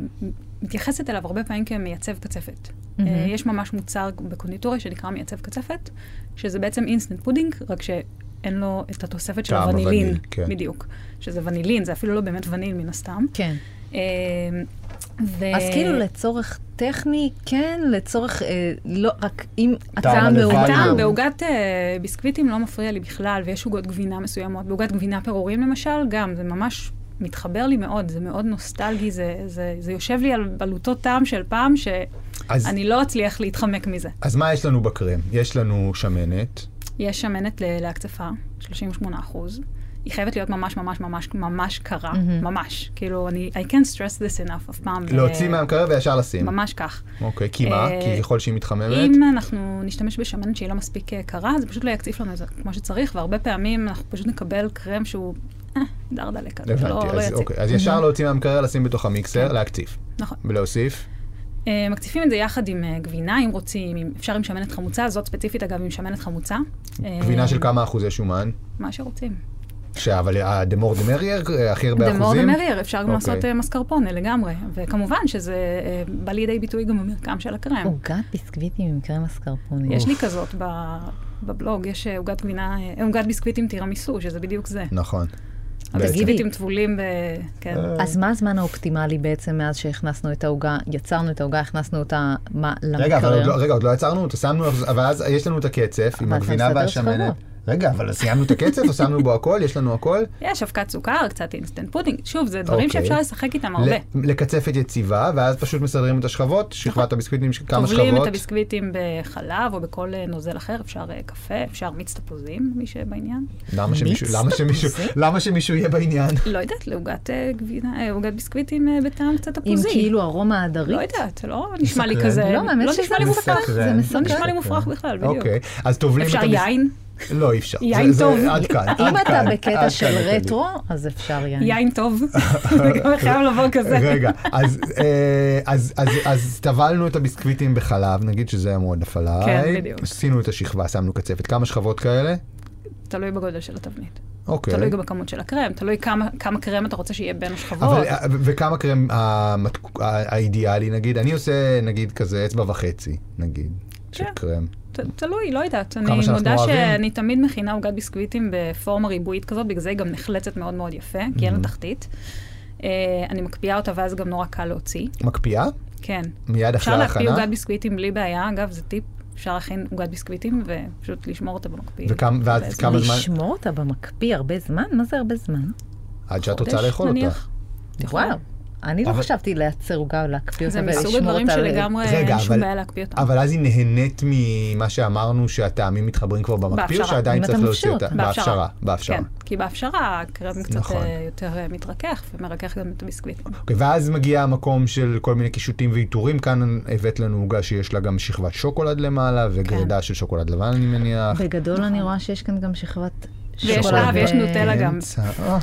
Speaker 4: מתייחסת אליו הרבה פעמים כמייצב קצפת. Mm-hmm.
Speaker 1: מהמם.
Speaker 4: יש ממש מוצר בקונדיטוריה שנקרא מייצב קצפת, שזה בעצם אינסטנט פודינג, רק שאין לו את התוספת של
Speaker 2: טעם
Speaker 4: הוונילין.
Speaker 2: הווניל, כן.
Speaker 4: בדיוק. שזה ונילין, זה אפילו לא באמת וניל מן הסתם.
Speaker 1: כן.
Speaker 4: אה, ו...
Speaker 1: אז כאילו לצורך טכני, כן, לצורך, אה, לא, רק אם
Speaker 2: הלוואי
Speaker 1: הטעם
Speaker 2: הוא-
Speaker 4: הטעם
Speaker 1: מעוטר.
Speaker 4: בעוגת אה, ביסקוויטים לא מפריע לי בכלל, ויש עוגות גבינה מסוימות. בעוגת גבינה פירורים למשל, גם, זה ממש מתחבר לי מאוד, זה מאוד נוסטלגי, זה, זה, זה יושב לי על בלוטות טעם של פעם, שאני
Speaker 2: אז-
Speaker 4: לא אצליח להתחמק מזה.
Speaker 2: אז מה יש לנו בקרם? יש לנו שמנת,
Speaker 4: יש שמנת ל- להקצפה, 38 אחוז. היא חייבת להיות ממש ממש ממש ממש קרה,
Speaker 1: מהמם.
Speaker 4: ממש. כאילו, אני, I can't stress this enough אף פעם.
Speaker 2: להוציא
Speaker 4: אה,
Speaker 2: מהמקרר וישר לשים.
Speaker 4: ממש כך.
Speaker 2: אוקיי, כי מה?
Speaker 4: אה,
Speaker 2: כי ככל שהיא מתחממת?
Speaker 4: אם אנחנו נשתמש בשמנת שהיא לא מספיק אה, קרה, זה פשוט לא יקציף לנו את זה כמו שצריך, והרבה פעמים אנחנו פשוט נקבל קרם שהוא אה, דרדלה כזה, לא,
Speaker 2: הבנתי,
Speaker 4: לא
Speaker 2: אז
Speaker 4: יציב.
Speaker 2: אוקיי. אז ישר להוציא מהמקרר, לשים בתוך המיקסר, להקציף.
Speaker 4: נכון.
Speaker 2: ולהוסיף?
Speaker 4: אה, מקציפים את זה יחד עם אה, גבינה, אם רוצים, אם אפשר עם שמנת חמוצה, זאת ספציפית אגב עם שמנת חמוצה. אה,
Speaker 2: גבינה של כמה אחוזי שומן?
Speaker 4: מה שרוצים.
Speaker 2: ש- אבל הדמור דמרייר, הכי הרבה
Speaker 4: דה מור דה
Speaker 2: אחוזים?
Speaker 4: מרייר, אפשר גם
Speaker 2: אוקיי.
Speaker 4: לעשות אה, מסקרפונה לגמרי, וכמובן שזה אה, בא לידי ביטוי גם במרקם של הקרם.
Speaker 2: אוקיי.
Speaker 1: עוגת ביסקוויטים עם קרם אסקרפוני.
Speaker 4: יש לי כזאת ב- בבלוג, יש אה, עוגת גבינה, אה, עוגת ביסקוויט עם טירמיסו, שזה בדיוק זה.
Speaker 2: נכון. בעצם.
Speaker 4: הביסקוויטים טבולים ב... כן.
Speaker 1: אז מה הזמן האופטימלי בעצם מאז שהכנסנו את העוגה, יצרנו את העוגה, הכנסנו אותה מה, למקרר?
Speaker 2: רגע, אבל עוד לא- רגע, עוד לא יצרנו אותו, שמנו, אבל אז יש לנו את הקצף עם
Speaker 1: אתה
Speaker 2: הגבינה
Speaker 1: מסדר
Speaker 2: והשמנת.
Speaker 1: שכבות.
Speaker 2: רגע, אבל סיימנו את הקצף, או שמנו בו הכל, יש לנו הכל.
Speaker 4: יש אבקת סוכר, קצת אינסטנט פודינג. שוב, זה דברים
Speaker 2: אוקיי.
Speaker 4: שאפשר לשחק איתם הרבה. נכון.
Speaker 2: ל- לקצפת יציבה, ואז פשוט מסדרים את השכבות, שכבת הביסקוויטים, ש- כמה
Speaker 4: טובלים את
Speaker 2: שכבות.
Speaker 4: הביסקוויטים בחלב או בכל אה, נוזל אחר, אפשר אה, קפה, אפשר מיץ תפוזים, מי שבעניין.
Speaker 2: למה שמישהו-
Speaker 1: מיץ
Speaker 2: למה שמישהו-
Speaker 1: תפוזים?
Speaker 2: למה שמישהו יהיה בעניין?
Speaker 4: לא יודעת, לעוגת אה, גבינה, אה, עוגת ביסקוויטים אה, בטעם קצת
Speaker 1: עם
Speaker 4: תפוזי.
Speaker 1: כאילו ארומה
Speaker 4: לא
Speaker 1: הדרית?
Speaker 4: יודעת, לא נשמע לי
Speaker 2: מסקרן.
Speaker 4: כזה,
Speaker 1: לא, האמת
Speaker 4: לא
Speaker 1: שזה
Speaker 4: נשמע לי מופרך.
Speaker 1: מסקרן. זה
Speaker 4: לא
Speaker 1: מסקרן.
Speaker 4: נשמע לי מופרך בכלל, בדיוק.
Speaker 2: אוקיי, אז טובלים את
Speaker 4: אפשר
Speaker 2: הביס-
Speaker 4: יין,
Speaker 2: לא, אי אפשר.
Speaker 4: יין
Speaker 2: זה- זה-
Speaker 4: טוב.
Speaker 2: עד כאן, עד כאן.
Speaker 1: אם אתה בקטע
Speaker 2: עד
Speaker 1: של
Speaker 2: כאן אוקיי. נתן לי.
Speaker 1: רטרו, אז אפשר יין.
Speaker 4: יין טוב. זה גם חייב לבוא כזה.
Speaker 2: רגע, אז, אה, אז, אז, אז טבלנו את הביסקוויטים בחלב, נגיד שזה היה מועדף עליי.
Speaker 4: כן, בדיוק.
Speaker 2: עשינו את השכבה, שמנו קצפת. כמה שכבות כאלה?
Speaker 4: תלוי בגודל של התבנית.
Speaker 2: אוקיי.
Speaker 4: תלוי גם בכמות של הקרם, תלוי כמה, כמה קרם אתה רוצה שיהיה בין השכבות.
Speaker 2: אבל, אה, ו- וכמה קרם המתק... ה- האידיאלי, נגיד? אני עושה, נגיד, כזה אצבע וחצי, נגיד, של
Speaker 4: כן.
Speaker 2: קרם.
Speaker 4: ת, תלוי, לא יודעת. אני
Speaker 2: שאנחנו
Speaker 4: מודה
Speaker 2: אוהבים.
Speaker 4: שאני תמיד מכינה עוגת ביסקוויטים בפורמה ריבועית כזאת, בגלל זה היא גם נחלצת מאוד מאוד יפה, כי
Speaker 2: Mhm.
Speaker 4: אין לה תחתית. אה, אני מקפיאה אותה ואז גם נורא קל להוציא.
Speaker 2: מקפיאה?
Speaker 4: כן.
Speaker 2: מיד אחרי
Speaker 4: אפשר להקפיא
Speaker 2: ההכנה?
Speaker 4: עוגת ביסקוויטים בלי בעיה, אגב, זה טיפ. אפשר להכין עוגת ביסקוויטים ופשוט לשמור אותה במקפיא.
Speaker 2: וכמה- ואז
Speaker 4: בעצם.
Speaker 2: כמה זמן?
Speaker 1: לשמור אותה במקפיא הרבה זמן? מה זה הרבה זמן?
Speaker 2: עד שאת רוצה
Speaker 4: חודש,
Speaker 2: לאכול אותה.
Speaker 4: נניח.
Speaker 1: וואו. אני לא
Speaker 2: אבל-
Speaker 1: חשבתי לייצר עוגה או להקפיא אותה
Speaker 4: זה
Speaker 1: ולשמור אותה.
Speaker 4: מסוג הדברים
Speaker 1: ל-
Speaker 4: שלגמרי
Speaker 2: רגע,
Speaker 4: אין שום
Speaker 2: אבל- אה,
Speaker 4: בעיה להקפיא אותם.
Speaker 2: אבל אז היא נהנית ממה שאמרנו שהטעמים מתחברים כבר במקפיא, או
Speaker 4: בהפשרה.
Speaker 2: שעדיין
Speaker 1: אם
Speaker 2: צריך
Speaker 1: אתה
Speaker 2: להוציא
Speaker 1: מבשל
Speaker 2: אותה?
Speaker 1: אותה.
Speaker 2: בהפשרה. בהפשרה.
Speaker 4: כן, כי בהפשרה הקרם קצת
Speaker 2: נכון.
Speaker 4: אה, יותר אה, מתרכך, ומרכך גם את הביסקוויטים.
Speaker 2: אוקיי, ואז מגיע המקום של כל מיני קישוטים ועיטורים. כאן הבאת לנו עוגה שיש לה גם שכבת שוקולד למעלה, וגרידה
Speaker 4: כן.
Speaker 2: של שוקולד לבן, אני מניח.
Speaker 1: בגדול אני רואה שיש כאן גם שכבת...
Speaker 4: ויש
Speaker 1: שוקולד.
Speaker 4: לה ויש נוטלה גם.
Speaker 2: באמצע. אה,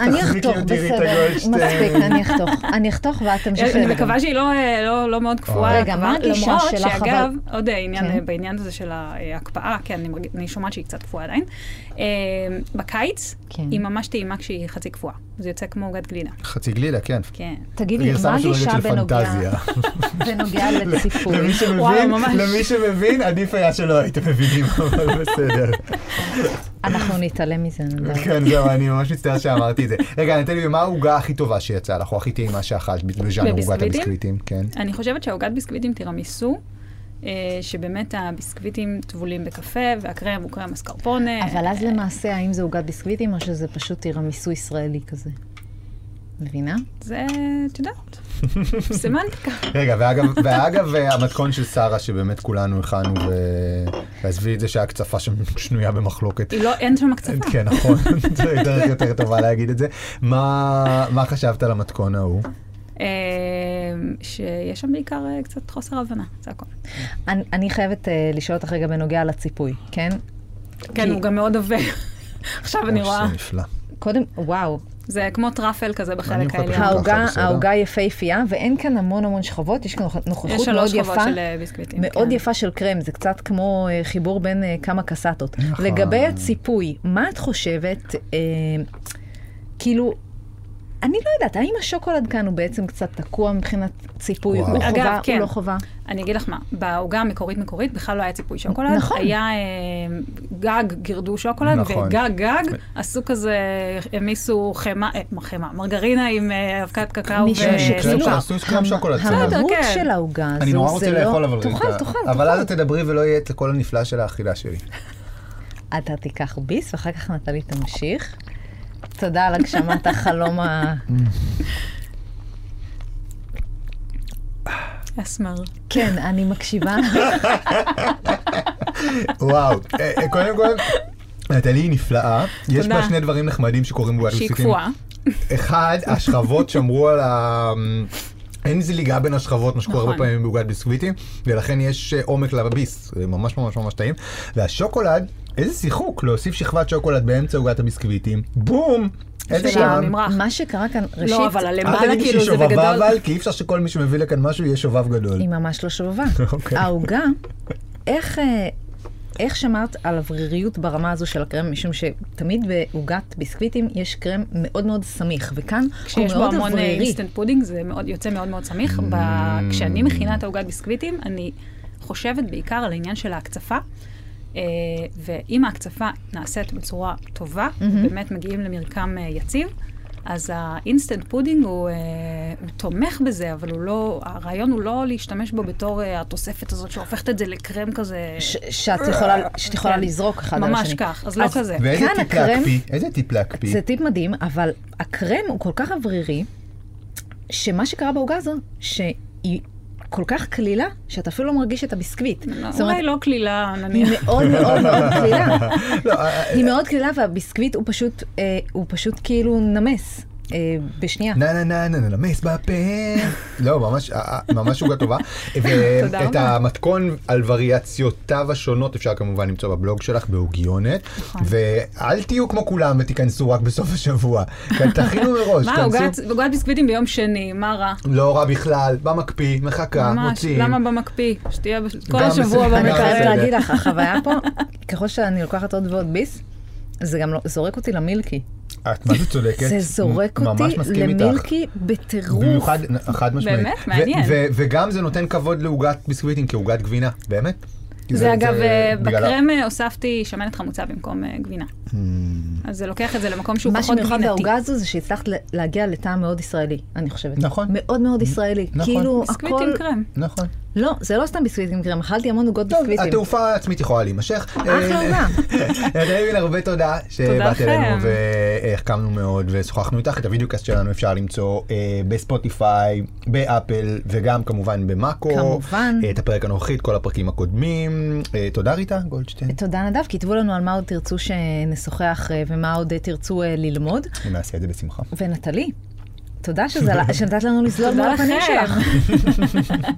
Speaker 1: אני אחתוך,
Speaker 2: מכיר, תראי את
Speaker 1: בסדר,
Speaker 2: הגולדשטיין.
Speaker 1: מספיק, אני אחתוך. אני אחתוך ואת תמשיכי
Speaker 4: אני
Speaker 1: לדבר.
Speaker 4: מקווה שהיא לא, אה, לא, לא מאוד קפואה.
Speaker 1: רגע, מה
Speaker 4: אבל
Speaker 1: הגישה
Speaker 4: למרות
Speaker 1: שלך, אבל-
Speaker 4: שאגב, עוד אה, עניין
Speaker 1: כן.
Speaker 4: אה, בעניין הזה של ההקפאה, כן, אני, מרג... אני שומעת שהיא קצת קפואה עדיין. אה, בקיץ,
Speaker 1: כן.
Speaker 4: היא ממש טעימה כשהיא חצי קפואה. זה יוצא כמו עוגת גלידה.
Speaker 2: חצי גלידה, כן.
Speaker 4: כן.
Speaker 1: תגידי, מה הגישה בנוגע- בנוגע לציפוי?
Speaker 2: למי
Speaker 4: וואו,
Speaker 2: שמבין,
Speaker 4: ממש.
Speaker 2: למי שמבין, עדיף היה שלא הייתם מבינים, אבל בסדר.
Speaker 1: אנחנו נתעלם מזה, אני יודעת.
Speaker 2: כן, זהו, אני ממש מצטער שאמרתי את זה. רגע, נתן לי, מה העוגה הכי טובה שיצאה לך, או הכי טעימה שאכלת בז'אנר עוגת
Speaker 4: בביסקוויטים?
Speaker 2: הביסקוויטים? כן.
Speaker 4: אני חושבת שהעוגת ביסקוויטים תירמיסו. אה, שבאמת הביסקוויטים טבולים בקפה, והקרם הוא קרם אסקרפונה.
Speaker 1: אבל אז למעשה, האם זה עוגת ביסקוויטים, או שזה פשוט תירמיסו ישראלי כזה? מבינה?
Speaker 4: זה, את יודעת, סמנטיקה.
Speaker 2: רגע, ואגב, ואגב, אה, המתכון של שרה, שבאמת כולנו הכנו, ו- ועזבי את זה שההקצפה שם שנויה במחלוקת.
Speaker 4: היא לא, אין שם הקצבה.
Speaker 2: כן, נכון, זה יותר יותר טובה להגיד את זה. מה מה חשבת על המתכון ההוא?
Speaker 4: אה, שיש שם בעיקר אה, קצת חוסר הבנה, זה הכל.
Speaker 1: אני- אני חייבת אה, לשאול אותך רגע בנוגע לציפוי, כן?
Speaker 4: כן,
Speaker 1: כי-
Speaker 4: הוא גם מאוד עבה. עכשיו אני
Speaker 2: אוי,
Speaker 4: רואה.
Speaker 2: שזה נפלא.
Speaker 1: קודם, וואו,
Speaker 4: זה כמו טראפל כזה
Speaker 2: אני
Speaker 4: בחלק
Speaker 2: אוכל פשוט
Speaker 4: העליון.
Speaker 2: כן, ככה,
Speaker 1: העוגה,
Speaker 2: בסדר.
Speaker 1: העוגה יפהפייה, ואין כאן המון המון שכבות, יש כאן
Speaker 4: יש
Speaker 1: נוכחות מאוד
Speaker 4: שלוש
Speaker 1: יפה.
Speaker 4: שכבות של אה, ביסקוויטים.
Speaker 1: מאוד
Speaker 4: כן.
Speaker 1: יפה של קרם, זה קצת כמו אה, חיבור בין אה, כמה קסטות.
Speaker 2: נכון.
Speaker 1: לגבי הציפוי, מה את חושבת, אה, כאילו, אני לא יודעת, האם השוקולד כאן הוא בעצם קצת תקוע מבחינת ציפוי?
Speaker 2: וואו.
Speaker 1: הוא
Speaker 4: אגב,
Speaker 1: חובה, הוא
Speaker 4: כן.
Speaker 1: לא חובה?
Speaker 4: אני אגיד לך מה, בעוגה המקורית מקורית בכלל לא היה ציפוי שוקולד.
Speaker 1: נכון.
Speaker 4: היה אה, גג, גירדו שוקולד,
Speaker 2: נכון.
Speaker 4: וגג גג עשו כזה, העמיסו חמאה, אה, מה חמאה, מרגרינה עם אה, אבקת קקאו.
Speaker 1: משום
Speaker 4: ו-
Speaker 2: שכאילו
Speaker 4: סוכר.
Speaker 2: אפשר לעשות קרם לא, שוקולד, בסדר,
Speaker 1: המהות
Speaker 4: כן.
Speaker 1: של העוגה הזו, זה לא...
Speaker 2: אני נורא רוצה לאכול, אבל
Speaker 1: תאכל,
Speaker 2: רבקה.
Speaker 1: תאכל,
Speaker 2: אבל אז את
Speaker 1: תאכל.
Speaker 2: תדברי ולא יהיה את הקול הנפלא של האכילה שלי.
Speaker 1: אתה תיקח ביס, ואחר כך נטלי תמשיך. תודה על הגשמת החלום ה...
Speaker 4: אסמר.
Speaker 1: כן, אני מקשיבה.
Speaker 2: וואו, אה, אה, קודם כל, נטלי היא נפלאה. יש
Speaker 4: תודה.
Speaker 2: בה שני דברים נחמדים שקורים בוואטו
Speaker 4: שהיא
Speaker 2: סיטים.
Speaker 4: קפואה.
Speaker 2: אחד, השכבות שמרו על ה... אין זליגה בין השכבות, מה שקורה
Speaker 4: נכון.
Speaker 2: הרבה פעמים בעוגת ביסקוויטים, ולכן יש אה, עומק לביס, זה ממש ממש ממש טעים. והשוקולד, איזה שיחוק, להוסיף שכבת שוקולד באמצע עוגת הביסקוויטים, בום! איזה
Speaker 4: שאלה,
Speaker 2: טעם.
Speaker 4: ממש ממרח.
Speaker 1: מה שקרה כאן, ראשית,
Speaker 4: לא, אבל
Speaker 2: אל
Speaker 4: למעלה
Speaker 2: תגידי
Speaker 4: כאילו
Speaker 2: שהיא
Speaker 4: זה
Speaker 2: שובבה
Speaker 4: בגדול.
Speaker 2: אבל, כי אי אפשר שכל מי שמביא לכאן משהו יהיה שובב גדול.
Speaker 1: היא ממש לא שובבה.
Speaker 2: אוקיי.
Speaker 1: העוגה, איך, אה, איך שמרת על אווריריות ברמה הזו של הקרם? משום שתמיד בעוגת ביסקוויטים יש קרם מאוד מאוד סמיך, וכאן הוא
Speaker 4: כשיש בו
Speaker 1: מאוד
Speaker 4: המון אה,
Speaker 1: אוורירי.
Speaker 4: אינסטנט פודינג, זה מאוד, יוצא מאוד מאוד סמיך. ב- כשאני מכינה את העוגת ביסקוויטים, אני חושבת בעיקר על העניין של ההקצפה. אה, ואם ההקצפה נעשית בצורה טובה,
Speaker 1: Mm-hmm.
Speaker 4: באמת מגיעים למרקם אה, יציב, אז האינסטנט פודינג הוא, אה, הוא תומך בזה, אבל הוא לא, הרעיון הוא לא להשתמש בו בתור אה, התוספת הזאת שהופכת את זה לקרם כזה...
Speaker 1: ש- שאת יכולה, שאת יכולה
Speaker 4: כן.
Speaker 1: לזרוק אחד על
Speaker 4: ממש
Speaker 1: השני.
Speaker 4: כך, אז לא
Speaker 1: אז-
Speaker 4: כזה.
Speaker 2: ואיזה
Speaker 1: כאן
Speaker 2: טיפ
Speaker 1: הקרם-
Speaker 2: להקפיא, איזה טיפ להקפיא.
Speaker 1: זה טיפ מדהים, אבל הקרם הוא כל כך אוורירי, שמה שקרה בעוגה הזו, שהיא כל כך קלילה, שאתה אפילו לא מרגיש את הביסקוויט. זאת אומרת,
Speaker 4: אולי לא קלילה, נניח.
Speaker 1: היא מאוד מאוד מאוד קלילה.
Speaker 2: לא, אה,
Speaker 1: היא מאוד קלילה, והביסקוויט הוא פשוט, אה, הוא פשוט כאילו נמס אה, בשנייה.
Speaker 2: נה נה נה נה נה למס בפה. לא, ממש, אה, אה, ממש עוגה טובה.
Speaker 4: תודה
Speaker 2: ואת
Speaker 4: רבה.
Speaker 2: המתכון על וריאציותיו השונות אפשר כמובן למצוא בבלוג שלך, בעוגיונת.
Speaker 4: נכון.
Speaker 2: ואל תהיו כמו כולם ותיכנסו רק בסוף השבוע. כן, תכינו מראש,
Speaker 4: מה, עוגת
Speaker 2: תיכנסו.
Speaker 4: עוגת ביסקוויטים ביום שני, מה רע?
Speaker 2: לא רע בכלל, במקפיא, מחכה,
Speaker 4: ממש,
Speaker 2: מוציאים.
Speaker 4: למה במקפיא? שתהיה בש- כל
Speaker 2: אה, גם
Speaker 4: השבוע
Speaker 2: בסדר,
Speaker 1: אני
Speaker 2: גם
Speaker 1: חייבת
Speaker 2: בסדר.
Speaker 4: במקרר.
Speaker 1: להגיד לך, החוויה פה, ככל שאני לוקחת עוד ועוד ביס, זה גם לא, זורק אותי למילקי.
Speaker 2: את מה זה צודקת?
Speaker 1: זה זורק
Speaker 2: מ- ממש
Speaker 1: אותי
Speaker 2: מסכים איתך.
Speaker 1: למילקי בטירוף.
Speaker 2: במיוחד, חד משמעית.
Speaker 4: באמת?
Speaker 2: ו-
Speaker 4: מעניין.
Speaker 2: ו- וגם זה נותן כבוד לעוגת ביסקוויטים כעוגת גבינה, באמת.
Speaker 4: זה אגב, אה,
Speaker 2: בגלל ה-
Speaker 4: בקרם אה, הוספתי שמנת חמוצה במקום אה, גבינה.
Speaker 2: Mm,
Speaker 4: אז זה לוקח את זה למקום שהוא
Speaker 1: מה
Speaker 4: פחות גבינתי.
Speaker 1: שמיוחד בעוגה הזו זה שהצלחת ל- להגיע לטעם מאוד ישראלי, אני חושבת.
Speaker 2: נכון.
Speaker 1: מאוד מאוד ישראלי.
Speaker 2: נכון.
Speaker 1: כאילו
Speaker 4: ביסקוויט
Speaker 1: הכל...
Speaker 4: עם קרם.
Speaker 2: נכון.
Speaker 1: לא, זה לא סתם ביסקוויט עם קרם, אכלתי המון עוגות
Speaker 2: טוב,
Speaker 1: ביסקוויטים.
Speaker 2: התעופה העצמית יכולה להימשך. אה,
Speaker 1: אחלה עוגה.
Speaker 2: נתן מן הרבה תודה שבאת
Speaker 4: לכם.
Speaker 2: אלינו והחכמנו מאוד ושוחחנו איתך. את הוידאוקאסט שלנו אפשר למצוא אה, בספוטיפיי, באפל וגם כמובן במאקו.
Speaker 1: כמובן.
Speaker 2: אה, את הפרק הנוכחי, את כל הפרקים הקודמים. אה, תודה ריטה גולדשטיין,
Speaker 1: תודה נדב, כתבו לנו על מה עוד תרצו שנשוחח אה, ומה עוד אה, תרצו אה, ללמוד.
Speaker 2: אני נעשה את זה בשמחה.
Speaker 1: ונטלי, תודה שזה- שנתת לנו לזלול מול
Speaker 4: תודה
Speaker 1: הפנים
Speaker 4: לכם.
Speaker 1: שלך.